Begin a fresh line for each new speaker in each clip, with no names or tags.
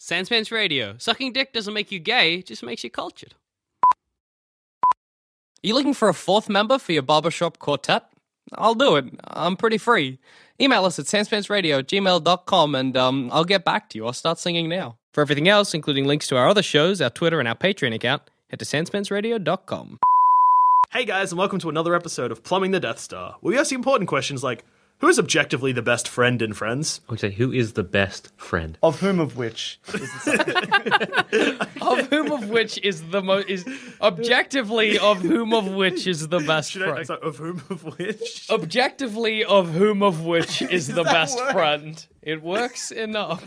Sandspants Radio. Sucking dick doesn't make you gay, it just makes you cultured. Are you looking for a fourth member for your barbershop quartet? I'll do it. I'm pretty free. Email us at sanspantsradio at gmail.com and um, I'll get back to you. I'll start singing now. For everything else, including links to our other shows, our Twitter, and our Patreon account, head to sanspantsradio.com.
Hey guys, and welcome to another episode of Plumbing the Death Star, where we ask you important questions like who is objectively the best friend in Friends?
I would say, who is the best friend?
Of whom of which? Is
of whom of which is the most is objectively of whom of which is the best
Should I,
friend.
sorry, of whom of which?
Objectively of whom of which is the best friend. It works enough.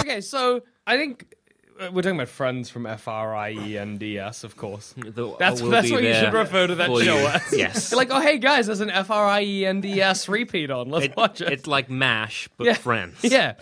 Okay, so I think uh, we're talking about friends from F R I E N D S, of course.
The-
That's,
I will
that's
be
what you
there
should refer to that
for
show
you.
as.
Yes.
You're like, oh, hey guys, there's an F R I E N D S repeat on. Let's
It-
watch it.
It's like MASH, but
Yeah.
friends.
Yeah.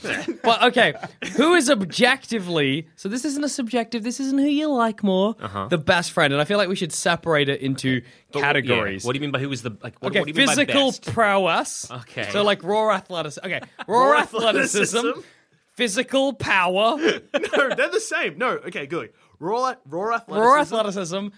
but okay, who is objectively, so this isn't a subjective, this isn't who you like more, the best friend. And I feel like we should separate it into
But-
categories.
Uh-huh. yeah. What do you mean by who is the like? What,
Okay,
what do you mean by
physical
best?
prowess.
Okay.
So like raw athleticism. Okay, raw athleticism,
athleticism?
physical power,
no, they're the same. No, okay, good. Raw, raw athleticism.
raw athleticism.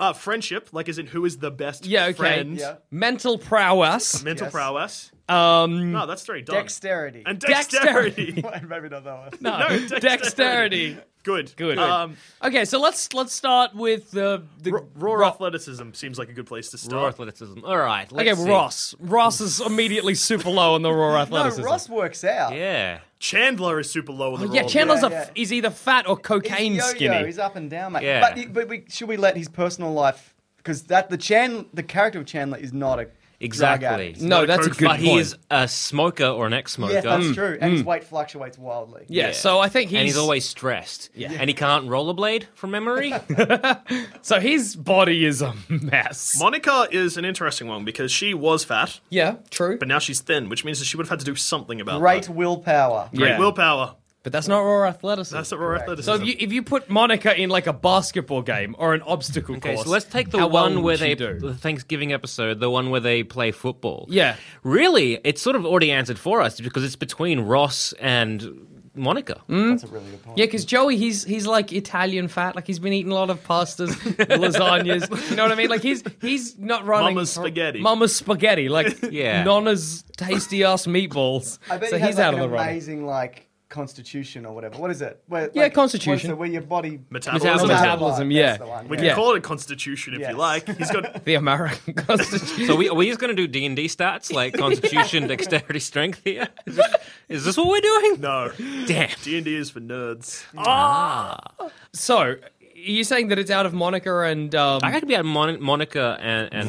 Uh, friendship, like as in who is the best
Yeah, okay.
friend.
Yeah.
Mental prowess.
Mental
Yes.
prowess.
Um,
No, that's three. Done.
Dexterity.
And
Dexterity.
dexterity.
Maybe not that one.
no,
dexterity.
dexterity.
good.
Good.
Um,
Okay, so let's let's start with the the
r- raw
Ro-
athleticism seems like a good place to start.
Raw athleticism. All right. Let's
Okay,
see.
Ross. Ross is immediately super low on the raw
No,
athleticism.
Ross works out.
Yeah.
Chandler is super low in the
yeah,
raw
Chandler's
Yeah,
a f-
yeah.
he's either fat or
He's
cocaine
yo-yo,
skinny.
He's up and down, mate.
Yeah.
But, he- but we, should we let his personal life? Because that the Chan, the character of Chandler is not a drug
Exactly.
addict.
no,
not a
that's a
coke
good
but
point.
he is a smoker or an ex-smoker. Hmm.
Yeah, that's true. And his weight fluctuates wildly.
yeah, so I think he's,
and he's always stressed. Yeah. And he can't rollerblade from memory.
so his body is a mess.
Monica is an interesting one because she was fat,
yeah, true.
but now she's thin, which means that she would have had to do something about
Great
that.
willpower.
Great
Yeah.
willpower.
But that's not raw athleticism.
That's not raw
so
athleticism.
if you if you put Monica in like a basketball game or an obstacle
Okay,
course,
so let's take the
how well
one where
would
they
she do.
the Thanksgiving episode, the one where they play football.
Yeah.
Really, it's sort of already answered for us because it's between Ross and Monica.
Mm.
That's a really good point.
Yeah, because Joey, he's he's like Italian fat. Like he's been eating a lot of pastas, lasagnas. You know what I mean? Like he's he's not running.
Mama's
for-
spaghetti.
Mama's spaghetti. Like
Yeah.
Nonna's tasty ass meatballs.
I bet
so
he has
he's
like
out of
an
the running.
amazing like constitution or whatever. What is it? Where,
Yeah,
like,
constitution.
what is it? Where your body
Metabolism.
Metabolism, yeah.
That's the one,
We
yeah.
can
Yeah.
call it a constitution if
Yes.
you like. He's got
The American Constitution.
So we, are we just going to do D and D stats like Constitution, Dexterity, Strength here? Is this, is this what we're doing?
no.
Damn.
D and D is for nerds.
Oh,
So are you saying that it's out of Monica and um,
I could be at Mon- Monica and, and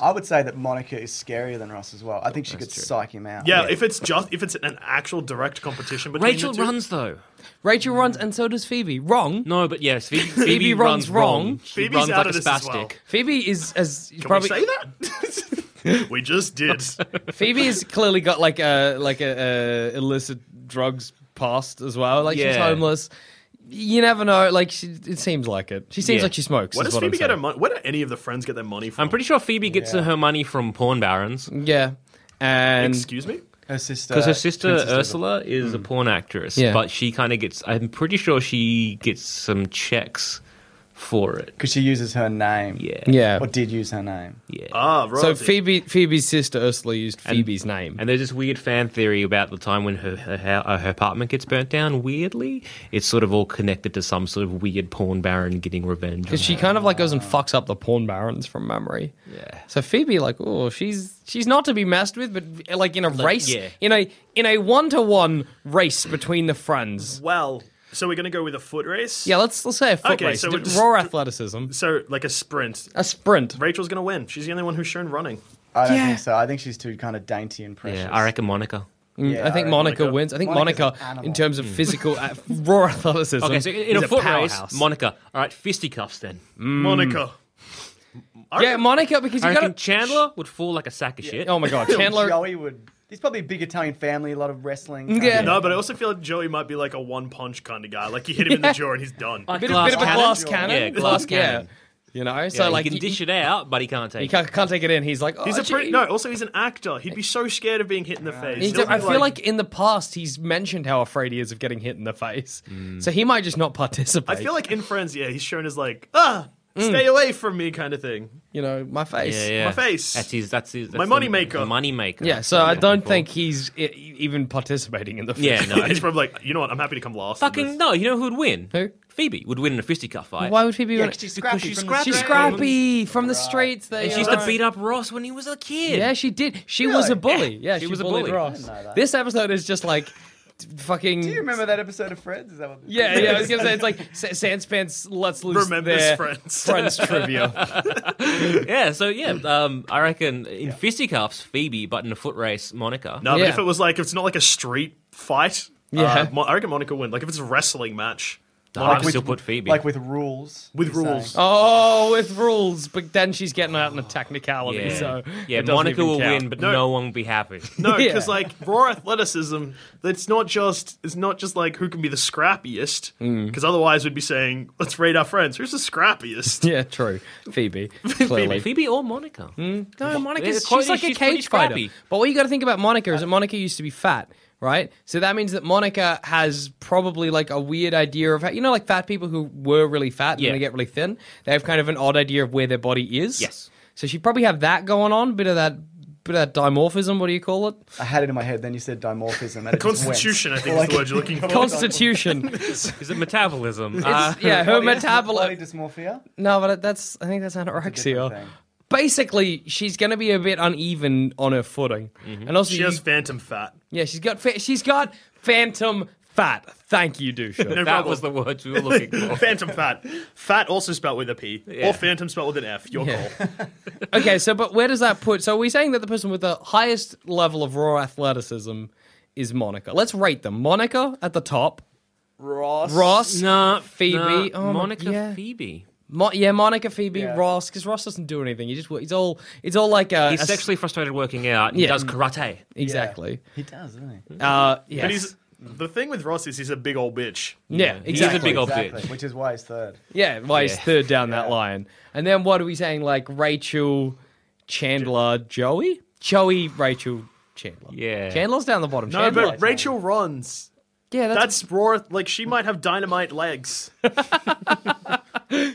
Ross?
I would say that Monica is scarier than Ross as well. I think she could psych him out.
Yeah, if it's just if it's an actual direct competition between
Rachel
the two,
runs though.
Rachel runs, and so does Phoebe. Wrong.
No, but yes, Phoebe, Phoebe
runs
runs
wrong.
wrong. She
Phoebe's
runs
out
like
of
a
this as well.
spastic.
Phoebe is as
Can
probably
we say that? we just did.
Phoebe has clearly got like a like a, a illicit drugs past as well. Like she's
Yeah.
homeless. You never know. Like she, it seems like it. She seems
Yeah.
like she smokes.
Where
is
does
what
Phoebe
I'm
get her
saying.
money? Where do any of the friends get their money from?
I'm pretty sure Phoebe gets her money from porn barons
Yeah, and
Excuse me.
her sister.
Uh,
because her sister
twin sister's a-
Ursula is a porn actress,
Hmm. Yeah.
but she kind of gets. I'm pretty sure she gets some checks for it.
Because she uses her name.
Yeah.
yeah.
Or did use her name.
Yeah.
Ah, right.
So Phoebe Phoebe's sister Ursula used Phoebe's name.
And there's this weird fan theory about the time when her her, hou- uh, her apartment gets burnt down. Weirdly, it's sort of all connected to some sort of weird porn baron getting revenge. on
because she
her.
kind of like goes and fucks up the porn barons from memory.
Yeah.
So Phoebe, like, oh, she's she's not to be messed with, but uh, like in a race,
yeah.
in a in a one to one race between the friends,
Well, So we're gonna go with a foot race.
Yeah, let's let's say a foot
Okay,
race.
so
D-
we're just-
raw athleticism.
So like a sprint.
A sprint.
Rachel's gonna win. She's the only one who's shown running.
I don't think so. I think she's too kind of dainty and precious.
Yeah, I reckon Monica.
Mm,
Yeah,
I
I
think
reckon
Monica,
Monica-
wins. I think
Monica's
Monica,
an animal.
in terms of physical uh, raw athleticism,
Okay, so in
is
a foot race,
powerhouse.
Monica. All right, fisticuffs then.
Mm.
Monica. I
yeah,
reckon-
Monica, because
I
you
reckon
got.
Chandler would fall like a sack of shit.
Oh my god,
Chandler.
Chandler.
Joey would. He's probably a big Italian family, a lot of wrestling.
Yeah.
kinda-
No, but I also feel like Joey might be like a one punch kind of guy. Like you hit him in the jaw and he's done.
Like
bit,
glass
bit of a
cannon?
glass cannon.
Yeah, glass cannon.
Yeah. You know,
Yeah,
so like
he can
you,
dish it out, but he can't take.
you
it.
can't, can't take it in. He's like, oh,
He's a
gee.
pretty no. Also, he's an actor. He'd be so scared of being hit in the face.
He's
He'll
a-
be
I feel like in the past he's mentioned how afraid he is of getting hit in the face, so he might just not
I
participate.
feel like in Friends, yeah, he's shown as like ah,
Mm.
stay away from me kind of thing.
you know my face.
Yeah, yeah.
My face.
That's his. That's his. That's
My
the-
moneymaker.
the Moneymaker.
Yeah,
That's
so
what
I
I'm looking
don't
for.
think he's I- even participating in the.
Yeah,
fight.
no.
He's probably like, you know what? I'm happy to come last. in
Fucking
this."
no. You know who'd win?
Who?
Phoebe would win in a fisticuff fight.
Why would he be?
Yeah,
Yeah,
'cause she's scrappy.
she's
from
scrappy.
The
she's
street.
scrappy from the streets. They
She
are.
used to beat up Ross when he was a kid.
Yeah, she did. She
Really?
was a bully. Yeah, she, was a bully.
I
Ross.
didn't
This episode is just like t- fucking.
Do you remember that episode of Friends? Is that what?
Yeah, yeah. I was gonna say it's like Sa- Sanspants. Let's lose.
Remembers
their
Friends.
Friends trivia.
yeah. So yeah, um, I reckon in fisticuffs, Phoebe, but in a foot race, Monica.
No,
Yeah.
but if it was like, if it's not like a street fight,
Yeah.
uh, Mo- I reckon Monica would win. Like if it's a wrestling match,
I
Monica
still put Phoebe.
Like with rules.
with
you're saying.
rules.
Oh, with rules, but then she's getting out in a technicality.
yeah,
So
yeah.
it doesn't
Monica
even
will
count.
win, but
No.
no. one will be happy.
No,
Yeah.
because like raw athleticism, it's not just it's not just like who can be the scrappiest.
Hmm.
Because otherwise, we'd be saying, let's rate our friends. Who's the scrappiest?
Yeah, true. Phoebe, clearly.
Phoebe or Monica.
No,
Yeah,
Monica's
quite-
she's like
she's
a
pretty
cage fighter.
scrappy.
But what you got to think about Monica is that Monica used to be fat, right? So that means that Monica has probably like a weird idea of how you know, like fat people who were really fat and
Yeah.
then they get really thin. They have kind of an odd idea of where their body is.
Yes.
So she probably have that going on, bit of that, bit of that dimorphism. What do you call it?
I had it in my head. Then you said dimorphism. and it just went.
Constitution, I think,
Well,
is the word you're looking for.
Constitution.
Is it metabolism? Uh,
yeah, her
Body dys- Body
metabolism.
dysmorphia.
No, but that's I think that's
different
anorexia.
thing.
Basically, she's going to be a bit uneven on her footing,
Mm-hmm.
and also
She
you-
has phantom fat.
Yeah, she's got fa- she's got phantom fat. Thank you, Dusha.
that was the words we were looking for.
Phantom fat. Fat also spelled with a P.
Yeah.
Or phantom spelled with an F. Your
Yeah.
call.
okay, so but where does that put? So are we saying that the person with the highest level of raw athleticism is Monica? Let's rate them. Monica at the top.
Ross.
Ross.
No,
Phoebe.
no,
Oh, my-
Monica,
yeah.
Phoebe.
Mo- yeah, Monica, Phoebe,
Yeah.
Ross. Because Ross doesn't do anything. He just he's all it's all like a,
He's
a-
sexually frustrated working out. and
Uh, Yeah.
He does karate.
exactly.
He does, doesn't he?
Uh, yes.
But he's the thing with Ross is he's a big old bitch.
yeah, exactly.
He's a big old
Exactly.
bitch.
Which is why he's third.
Yeah, why he's
Yeah.
third down that line. And then what are we saying? Like Rachel, Chandler, Joey? Joey, Rachel, Chandler.
Yeah.
Chandler's down the bottom.
No,
Chandler.
but Rachel runs.
yeah, that's,
That's raw. Like she might have dynamite legs.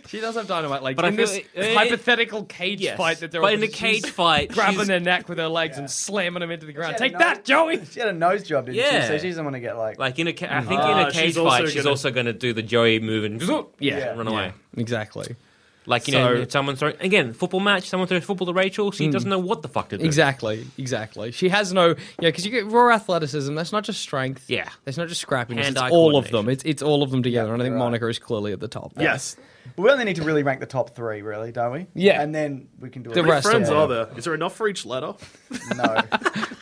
she does have dynamite legs.
But
But
I
in
feel
this
it- it-
hypothetical cage
Yes.
fight that they're
but
all
in a
just-
cage
she's
fight,
grabbing
she's-
their neck with her legs and slamming them into the ground.
had
Take
no-
that, Joey.
She had a nose job, didn't
Yeah.
she? So she doesn't want to get like.
Like in a, ca- I think in
Ah,
a cage
she's also
fight, she's
gonna-
also going to do the Joey move and
Yeah.
run away.
Exactly.
Like you
So- Hmm.
know, if someone's throwing again football match. Someone throws football to Rachel. She doesn't know what the fuck to do.
Exactly, exactly. She has no, yeah, because you get raw athleticism. That's not just strength.
Yeah.
that's not just scrappiness.
Hand-eye
it's all of them.
coordination.
It's it's all of them together. and I think
right.
Monica is clearly at the top.
Yes.
we only need to really rank the top three, really, don't we?
Yeah.
And then we can do
The
it.
rest
Friends
Yeah.
are there. Is there enough for each letter?
No.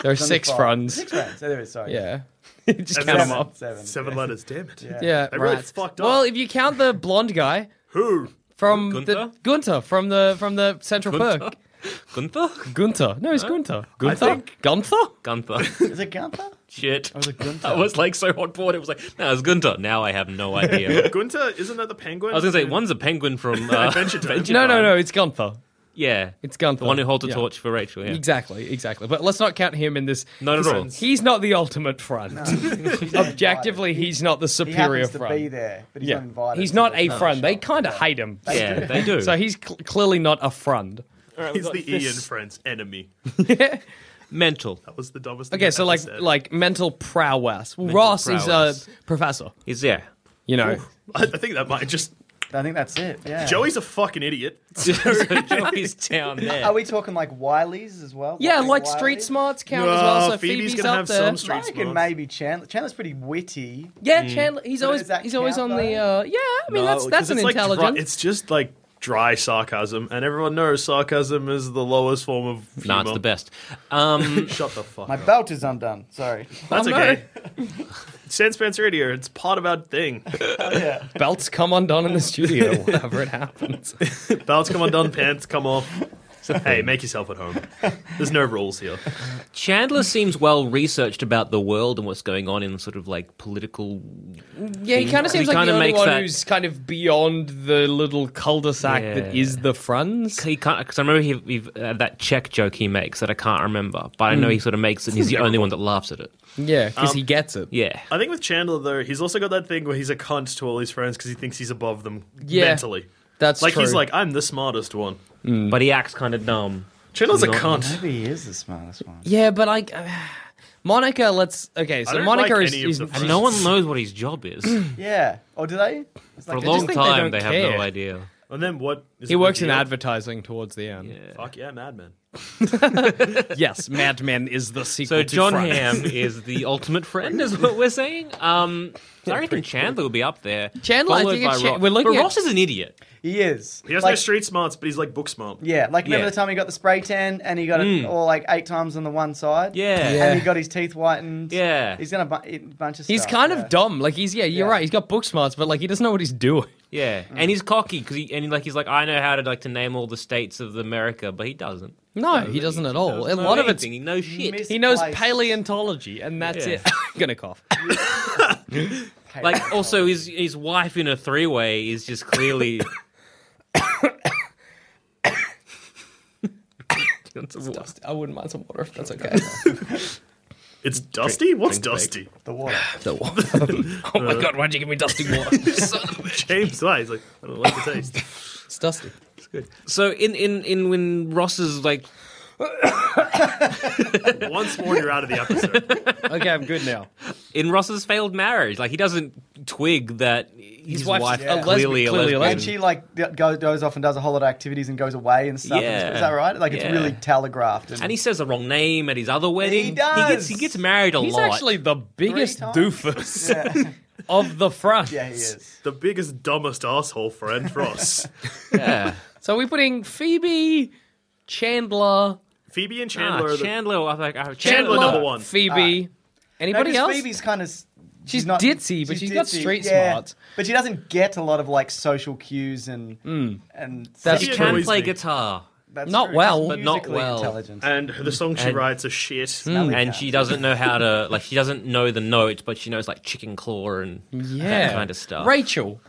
there are six
Five.
friends.
Six friends. Oh, there it is. Sorry.
Yeah. just count
Seven.
them up.
Seven.
Seven letters. Damn it.
Yeah,
They really
right.
fucked
Well,
up.
if you count the blonde guy
Who?
from
Gunther?
the Gunter from the from the Central
Gunther?
Perk.
Gunther.
Gunter. No, it's Gunter. Gunther?
think-
Gunther?
Gunther.
Is it Gunther?
Shit.
Oh,
Or is it Gunther?
I was like so on board. It was like no, it's Gunther. Now I have no idea.
Gunter, isn't that the penguin?
I was going to say one's a penguin from uh,
Adventure Time.
Adventure
No, no,
Time.
no, it's Gunther.
Yeah,
It's Gunther.
the one who holds a
Yeah.
torch for Rachel. Yeah.
Exactly, exactly. But let's not count him in this.
Not at all.
He's not the ultimate friend. Objectively, he's not the
He
superior
happens to
friend.
be there, but he's
yeah.
not invited.
He's
so
not
there's
a
no
friend. They
shot.
kind of hate him.
Yeah, they do.
So he's cl- clearly not a friend.
He's the Ian friend's enemy.
mental.
That was the dumbest. thing
Okay,
I've
so
ever
like
said.
like mental prowess. Well, Ross is
prowess.
a professor.
He's yeah.
You know,
I, I think that might just
I think that's it. Yeah.
Joey's a fucking idiot.
Joey's down there.
Are we talking like Wileys as well?
Yeah,
Walking
like street
Wileys?
smarts count
No,
as well. So
Phoebe's
Phoebe's,
gonna
up
have
there.
some street
I reckon
smarts.
maybe Chandler. Chandler's pretty witty.
yeah, Chandler. He's
But
always
does that
he's always
count,
on the.
though?
Uh, yeah, I mean
No,
that's
'cause
that's an
it's like dry-
intelligent.
it's just like dry sarcasm, and everyone knows sarcasm is the lowest form of humor.
No, it's the best. Um,
Shut the fuck
My
up.
belt is undone. Sorry.
That's
Oh, no.
okay. Sandspants Radio, it's part of our thing.
belts come undone in the studio whenever it happens.
Belts come undone, pants come off. Hey, make yourself at home. There's no rules here.
Chandler seems well researched about the world and what's going on in sort of like political.
Yeah, he kind of
He
seems like
kinda
the only
makes
one
that-
who's kind of beyond the little cul-de-sac that
Yeah.
is the Friends.
He can't because I remember he, he uh, that Czech joke he makes that I can't remember, but I know
Hmm.
he sort of makes it. and He's the only one that laughs at it.
Yeah, because
Um,
he gets it.
Yeah,
I think with Chandler, though, he's also got that thing where he's a cunt to all his friends because he thinks he's above them
Yeah.
mentally.
That's
like, he's
true.
like, I'm the smartest one.
Hmm.
but he acts kind of dumb.
Chandler's a
Not-
cunt.
Maybe he is the smartest one.
yeah, but like uh, Monica. Let's okay.
I
So
don't
Monica
like
is,
any of
is
the
And
Friends.
no one knows what his job is.
Yeah. Or do they? It's
For a
like
just
long
think they don't
time, they, have
care.
no idea.
And then what? Is
he
it
works in
revealed?
advertising towards the end.
Fuck yeah, madman.
Yes, Mad Men is the sequel.
So
to
John
Friends.
Ham is the ultimate friend, is what we're saying. Um, I reckon Chandler will be up there.
Chandler, I
followed
think it's
by
Chan-
Ross.
we're looking
but
at-
Ross is an idiot.
he is.
He has no
Like-
street smarts, but he's like book smart.
Yeah, like remember
Yeah.
the time he got the spray tan and he got it all like eight times on the one side.
Yeah.
Mm. Yeah.
and he got his teeth whitened.
Yeah.
he's done a bu- bunch of.
He's
stuff,
kind
yeah.
of dumb. Like he's yeah, you're
Yeah.
right. He's got book smarts, but like he doesn't know what he's doing.
Yeah,
Mm.
and he's cocky because he and he, like he's like I know how to like to name all the states of America, but he doesn't.
No, he doesn't at all.
Doesn't
Oh, a
know
lot of it's
anything. he knows shit.
Mis-
he knows
Place.
paleontology, and that's
Yeah.
it. I'm gonna cough. Mm.
Hey,
like also his his wife in a three way is just clearly.
Dusty. I wouldn't mind some water if that's okay.
It's Dusty? What's Dusty?
the water.
The water. oh my god, why'd you give me dusty water?
James White. He's like, I don't like the taste.
it's dusty.
so in in in when Ross is like
Once more, you're out of the episode.
Okay, I'm good now.
in Ross's failed marriage, like he doesn't twig that his,
wife's
wife
a
clearly
lesbian,
a
clearly a
lesbian.
lesbian.
And she like d- goes, goes off and does a whole lot of activities and goes away and stuff.
Yeah.
Is that right? Like it's
Yeah.
really telegraphed.
and he says the wrong name at his other wedding.
does.
He gets, he gets married a
He's
lot.
actually the biggest
times?
doofus
yeah.
of the front.
yeah, he is.
the biggest, dumbest asshole friend, Ross.
yeah.
So we're putting Phoebe, Chandler,
Phoebe
Ah,
and Chandler.
Chandler,
are the,
Ah, Chandler, I think- I-
Chandler
Chandler
number one.
Phoebe.
No,
Anybody
because
else?
Phoebe's kind of.
She's ditzy, but she's got street smarts.
But she doesn't get a lot of like social cues and and
Hmm. That's
stuff.
Phoebe
She can
annoys
play
me.
guitar.
That's
Not
true.
well,
She's
but
not
musically
well.
Intelligent.
And the song she
And-
writes are shit.
and she doesn't know how to like she doesn't know the notes, but she knows like chicken claw and
yeah,
that kind of stuff.
Rachel.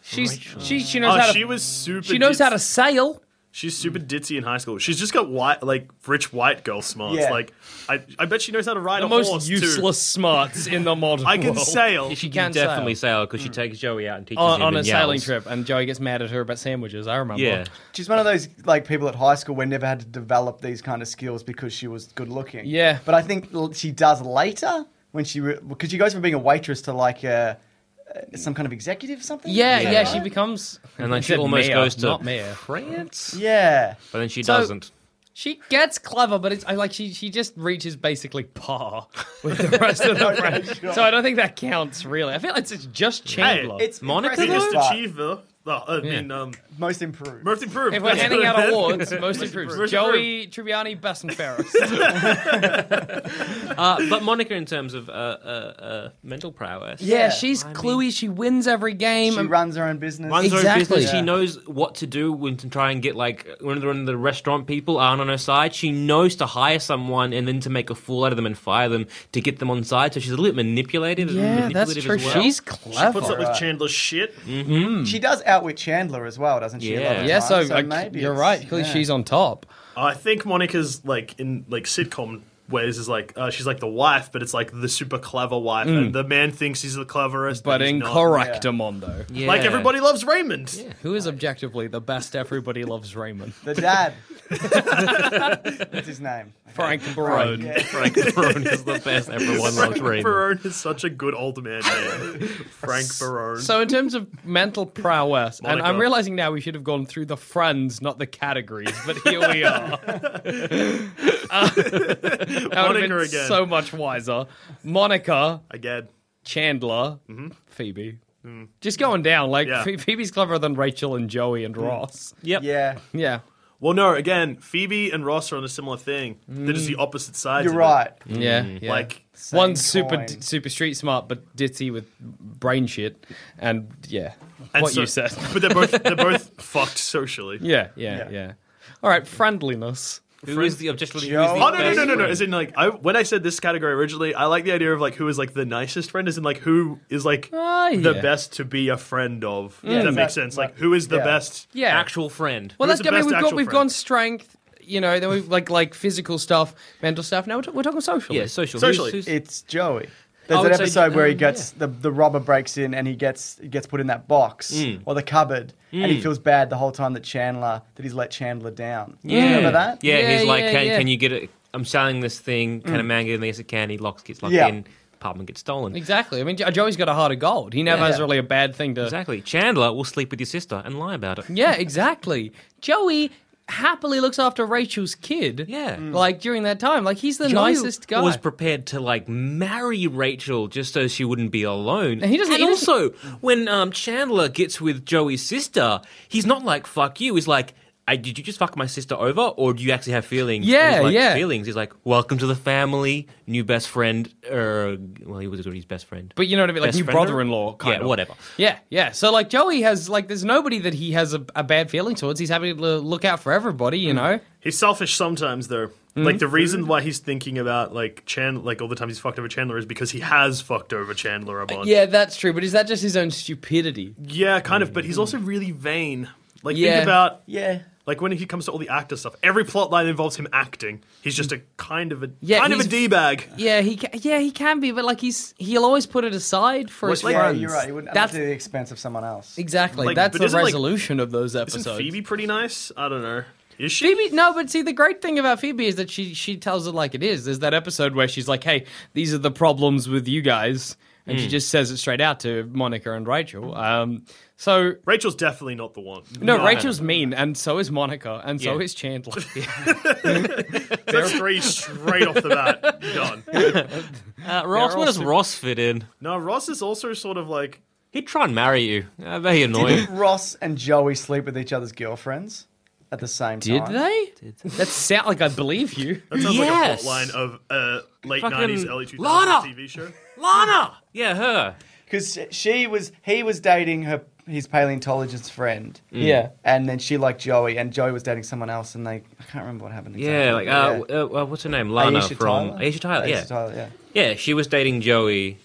She's she she knows
Oh,
how to
she was super.
she knows
ditzy.
how to sail.
She's super ditzy in high school. She's just got white, like rich white girl smarts.
Yeah.
Like, I, I bet she knows how to ride
The
a horse
most
too.
useless smarts in the modern
I can
world.
sail.
She
can
can definitely sail because she takes Joey out and teaches
on,
him
on a
and
sailing
yells.
trip, and Joey gets mad at her about sandwiches. I remember.
Yeah,
She's one of those like people at high school where never had to develop these kind of skills because she was good looking.
Yeah.
but I think l- she does later when she because she goes from being a waitress to like a, uh, some kind of executive or something.
yeah,
Is
yeah.
that
She
right?
becomes
and like
I
she
said
almost
mayor,
goes to
not mayor.
France,
yeah.
but then she
So-
doesn't.
She gets clever, but it's I like she she just reaches basically par with the rest of the friends. So I don't think that counts really. I feel like it's just Chandler.
It's
Monica,
impressive,
biggest
but
achiever. Oh, I mean, um,
most improved.
most improved.
if we're handing out awards, most
improved.
improved. Joey Tribbiani, best and fairest.
Uh, but Monica, in terms of uh, uh, uh, mental prowess,
Yeah,
Yeah.
she's cluey. She wins every game. Um,
she runs her own business.
runs her own
Exactly.
business.
Yeah.
She knows what to do when to try and get like when the, when the restaurant people aren't on her side. She knows to hire someone and then to make a fool out of them and fire them to get them on side. So she's a little manipulative.
yeah, that's
manipulative
true.
As well.
She's
She puts up
clever.
with Chandler's shit.
She does outwit Chandler as well, doesn't she? a lot of
Yeah.
the
Yeah,
time?
so, like,
maybe
you're
it's-
right. Clearly,
yeah.
she's on top.
I think Monica's like in like sitcom ways is like uh, she's like the wife, but it's like the super clever wife, and the man thinks he's the cleverest,
Mm. But
he's not.
incorrect, Amondo.
Yeah.
Like everybody loves Raymond.
Who is objectively the best everybody loves Raymond?
The dad. That's his name.
Frank Barone.
Yeah.
Frank Barone is the best. Everyone loves
Frank
Raymond.
Barone is such a good old man. name. Frank Barone.
So in terms of mental prowess, and I'm
Monica.
realizing now we should have gone through the friends, not the categories, but here we are. Uh, that would have been
Monica again.
so much wiser. Monica,
Again,
Chandler, Phoebe. Just going down, like
Mm-hmm. Mm. Yeah. Mm.
Phe- Phoebe's cleverer than Rachel and Joey and Ross.
Yep.
Yeah,
Yeah,
well, no, again, Phoebe and Ross are on a similar thing. They're just the opposite sides. of
you're
it.
right.
yeah, Mm. yeah.
Mm. Like
One's super
coin.
d- super street smart, but ditzy with brain shit, and yeah,
and
what
so-
you said.
but they're both they're both fucked socially.
Yeah, yeah, yeah,
Yeah.
All right, friendliness.
Who is the objectively? Who is
Joe.
the
Oh no no
best
no no no!
friend?
As in like I, when I said this category originally, I like the idea of like who is like the nicest friend. As in like who is like
Ah,
the
yeah.
best to be a friend of. if that makes
Exactly.
sense. Like who is the
Yeah.
best?
Yeah,
Actual friend.
Well,
Who's
that's. I
the
mean,
best
we've got
actual
we've
friend?
gone strength. You know, then we've like like physical stuff, mental stuff. Now we're, t- we're talking social.
yeah, social.
Socially.
Who's, who's,
It's Joey.
I
There's
would
an
say-
episode where he
um,
gets the, the robber breaks in and he gets he gets put in that box
Mm.
or the cupboard and he feels bad the whole time that Chandler that he's let Chandler down.
yeah.
Remember that?
Yeah,
Yeah,
he's like,
yeah,
can,
yeah.
can you get it? I'm selling this thing.
Mm.
Can a man get in this? Can he locks gets locked
Yeah.
in? Apartment gets stolen.
Exactly. I mean, Jo- Joey's got a heart of gold. He never has
Yeah.
really a bad thing to.
Exactly. Chandler will sleep with your sister and lie about it.
Yeah, exactly. Joey happily looks after Rachel's kid.
Yeah. Mm.
Like during that time, like he's the
Joey
nicest guy.
was prepared to like marry Rachel just so she wouldn't be alone.
And he doesn't-
And
he doesn't-
also, when um, Chandler gets with Joey's sister, he's not like "fuck you." He's like, I, "Did you just fuck my sister over, or do you actually have feelings?" And
Yeah,
he's like,
yeah.
Feelings. He's like, "Welcome to the family, new best friend." Uh, well, he was his best friend,
but you know what I mean, like
Best
new
friend or-
brother-in-law. Kind
yeah,
of.
whatever.
Yeah, yeah. So like Joey has like, there's nobody that he has a, a bad feeling towards. He's happy to look out for everybody. You know.
He's selfish sometimes though. Like the reason why he's thinking about like Chandler, like all the times he's fucked over Chandler is because he has fucked over Chandler a bunch.
Yeah, that's true. But is that just his own stupidity?
Yeah, kind of. But he's also really vain. Like
Yeah.
think about
Yeah.
like when he comes to all the actor stuff. Every plot line involves him acting. He's just a kind of a
Yeah,
kind of a
he's-
d bag.
Yeah, he can, yeah he can be, but like he's he'll always put it aside for his
Like,
Yeah,
friends.
you're right. He wouldn't
that's
that's... at the expense of someone else.
exactly
Like,
that's
but
the
isn't, like-
resolution of those
Isn't
episodes.
Phoebe pretty nice? I don't know. Is she?
Phoebe, no, but see, the great thing about Phoebe is that she she tells it like it is. There's that episode where she's like, "Hey, these are the problems with you guys," and she just says it straight out to Monica and Rachel. Um, so
Rachel's definitely not the one.
no, Rachel's mean, and so is Monica, and so
Yeah.
is Chandler.
That's three straight off the bat. Done.
Uh, Ross, where does Ross fit in?
Now Ross is also sort of like
He'd try and marry you. Uh, I bet he annoying.
Ross and Joey sleep with each other's girlfriends at the same
Did
time.
they? That sound like I believe you.
that sounds
Yes.
like a plot line of uh, late
Fucking
nineties, early two
Lana.
thousands TV show.
Lana. Yeah, her.
Because she was he was dating her his paleontologist friend.
Mm.
Yeah.
And then she liked Joey, and Joey was dating someone else, and they I can't remember what happened. Exactly.
Yeah, like uh, Uh, uh, what's her name? Lana
Aisha
from
Tyler?
Aisha Tyler. Yeah,
Aisha Tyler, yeah.
Yeah, she was dating Joey,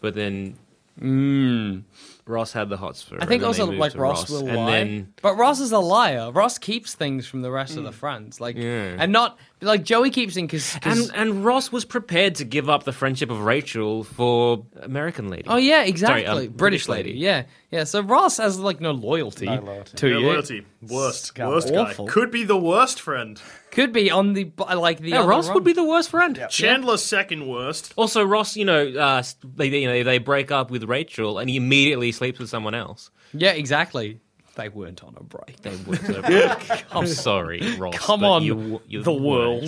but then Mm. Ross had the hots for her.
I think
and then
also
they moved
like
to
Ross, will
and
lie,
Then,
but Ross is a liar. Ross keeps things from the rest of the friends, like
Yeah.
and not like Joey keeps things because.
and and Ross was prepared to give up the friendship of Rachel for American lady.
Oh yeah, exactly.
Sorry, um,
British, lady. Yeah, yeah. So Ross has like no loyalty,
No loyalty.
to
Yeah,
you.
loyalty. Worst.
Scum.
Worst
Awful.
guy. Could be the worst friend.
Could be on the bu- like the.
Yeah,
other
Ross
rung.
would be the worst friend.
Chandler's second worst.
Also, Ross, you know, uh, they they- you know they break up with Rachel, and he immediately sleeps with someone else.
Yeah, exactly. They weren't on a break.
They would- I'm sorry, Ross.
Come
but
on,
you, you
the
weren't.
world.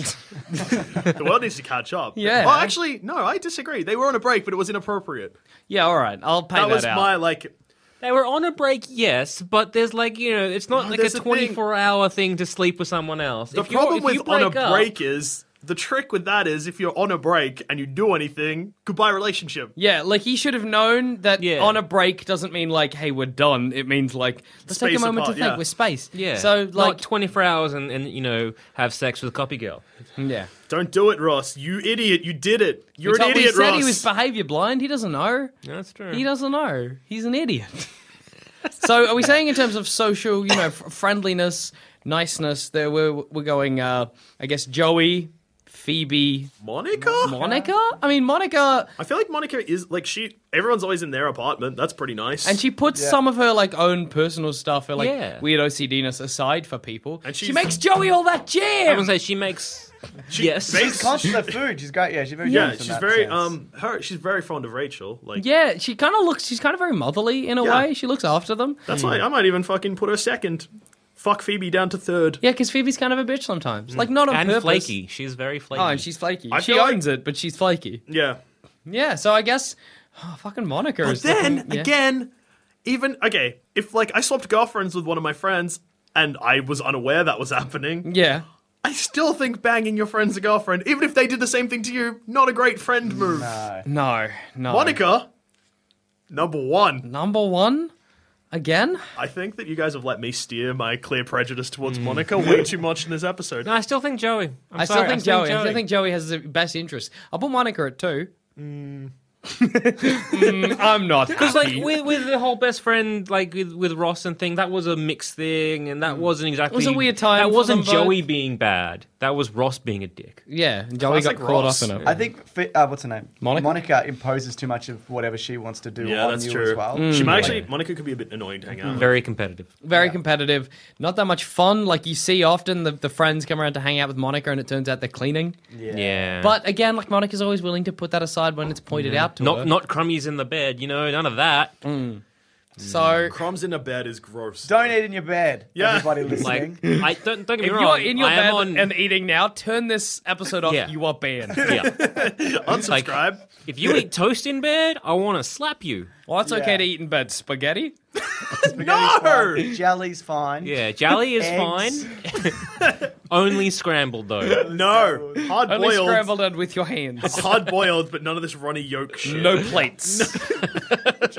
The world needs to catch up.
Yeah.
Oh, actually, no, I disagree. They were on a break, but it was inappropriate.
Yeah, all right. I'll pay
That,
that,
was
out.
my like.
They were on a break, yes, but there's like you know, it's not like a
there's a thing.
24 hour thing to sleep with someone else.
The
If you're-
problem
if
with
you
on a
break up-
break is the trick with that is if you're on a break and you do anything, goodbye relationship.
Yeah, like he should have known that
Yeah.
on a break doesn't mean like, hey, we're done. It means like let's take a
Space
moment
apart,
to think.
yeah.
We're space.
Yeah.
So
Not
like,
24 hours and, and you know have sex with a copy girl.
yeah.
Don't do it, Ross. You idiot. You did it. You're
It's
an
like we
idiot,
said
Ross.
he was behavior blind. He doesn't know.
That's true.
He doesn't know. He's an idiot. so, are we saying in terms of social, you know, f- friendliness, niceness, there we're we're going, uh, I guess, Joey, Phoebe,
Monica?
Monica. I mean, Monica,
I feel like Monica is like she. Everyone's always in their apartment. That's pretty nice.
and she puts some of her like own personal stuff, her like
Yeah.
weird OCDness aside for people.
And
she
she's-
makes Joey all that
I
jam.
would say she makes.
She
yes.
makes-
Conscious of food. She's great. Yeah, she's very
yeah,
generous in
she's
that
very
sense.
um her. She's very fond of Rachel. Like
Yeah, she kind of looks. She's kind of very motherly in a
Yeah.
way. She looks after them.
that's why I might even fucking put her second. Fuck Phoebe down to third.
Yeah, because Phoebe's kind of a bitch sometimes. Like not on
and
purpose.
flaky. She's very flaky.
Oh, and she's flaky.
Mm. I
she
feel like-
owns it, but she's flaky.
Yeah.
Yeah, so I guess oh, fucking Monica
But
is
then
looking- yeah.
again, even okay, if like I swapped girlfriends with one of my friends and I was unaware that was happening,
Yeah.
I still think banging your friend's girlfriend, even if they did the same thing to you, not a great friend move.
No, no.
Monica, number one.
Number one? Again?
I think that you guys have let me steer my clear prejudice towards Monica way too much in this episode.
No, I still think Joey. I'm
i still
sorry,
think Joey. I still think Joey has the best interest. I'll put Monica at two. Mm, I'm not.
Because like with, with the whole best friend like with, with Ross and thing, that was a mixed thing, and
Mm.
that wasn't exactly
was a weird time
That
for
wasn't
them both.
Joey being bad. That was Ross being a dick.
Yeah, and Joey got
Classic
caught
Ross.
up in it.
I think fi- uh, what's her name?
Monica?
Monica imposes too much of whatever she wants to do
yeah,
on
that's
you
true.
as well.
Mm.
Hmm.
She might actually Monica could be a bit annoying to hang out. with.
Very competitive.
Very competitive. Not that much fun. Like you see often the, the friends come around to hang out with Monica and it turns out they're cleaning.
Yeah.
But again, like Monica's always willing to put that aside when it's pointed out to her.
not not crummies in the bed. You know, none of that.
Mm. so
Crumbs in a bed is gross.
Don't eat in your bed.
Yeah.
Everybody listening.
Like I don't don't get me
if
wrong.
you're in your
I am
bed
on,
and eating now, turn this episode off.
Yeah.
You are banned.
yeah. like-
unsubscribe.
If you eat toast in bed, I want to slap you.
Well, it's okay
Yeah.
to eat in bed. Spaghetti?
Spaghetti's
No!
fine. Jelly's fine.
Yeah, jelly is
Eggs.
fine. Only scrambled though.
no, hard
Only
boiled,
scrambled it with your hands.
hard boiled, but none of this runny yolk shit.
No plates.
Nope.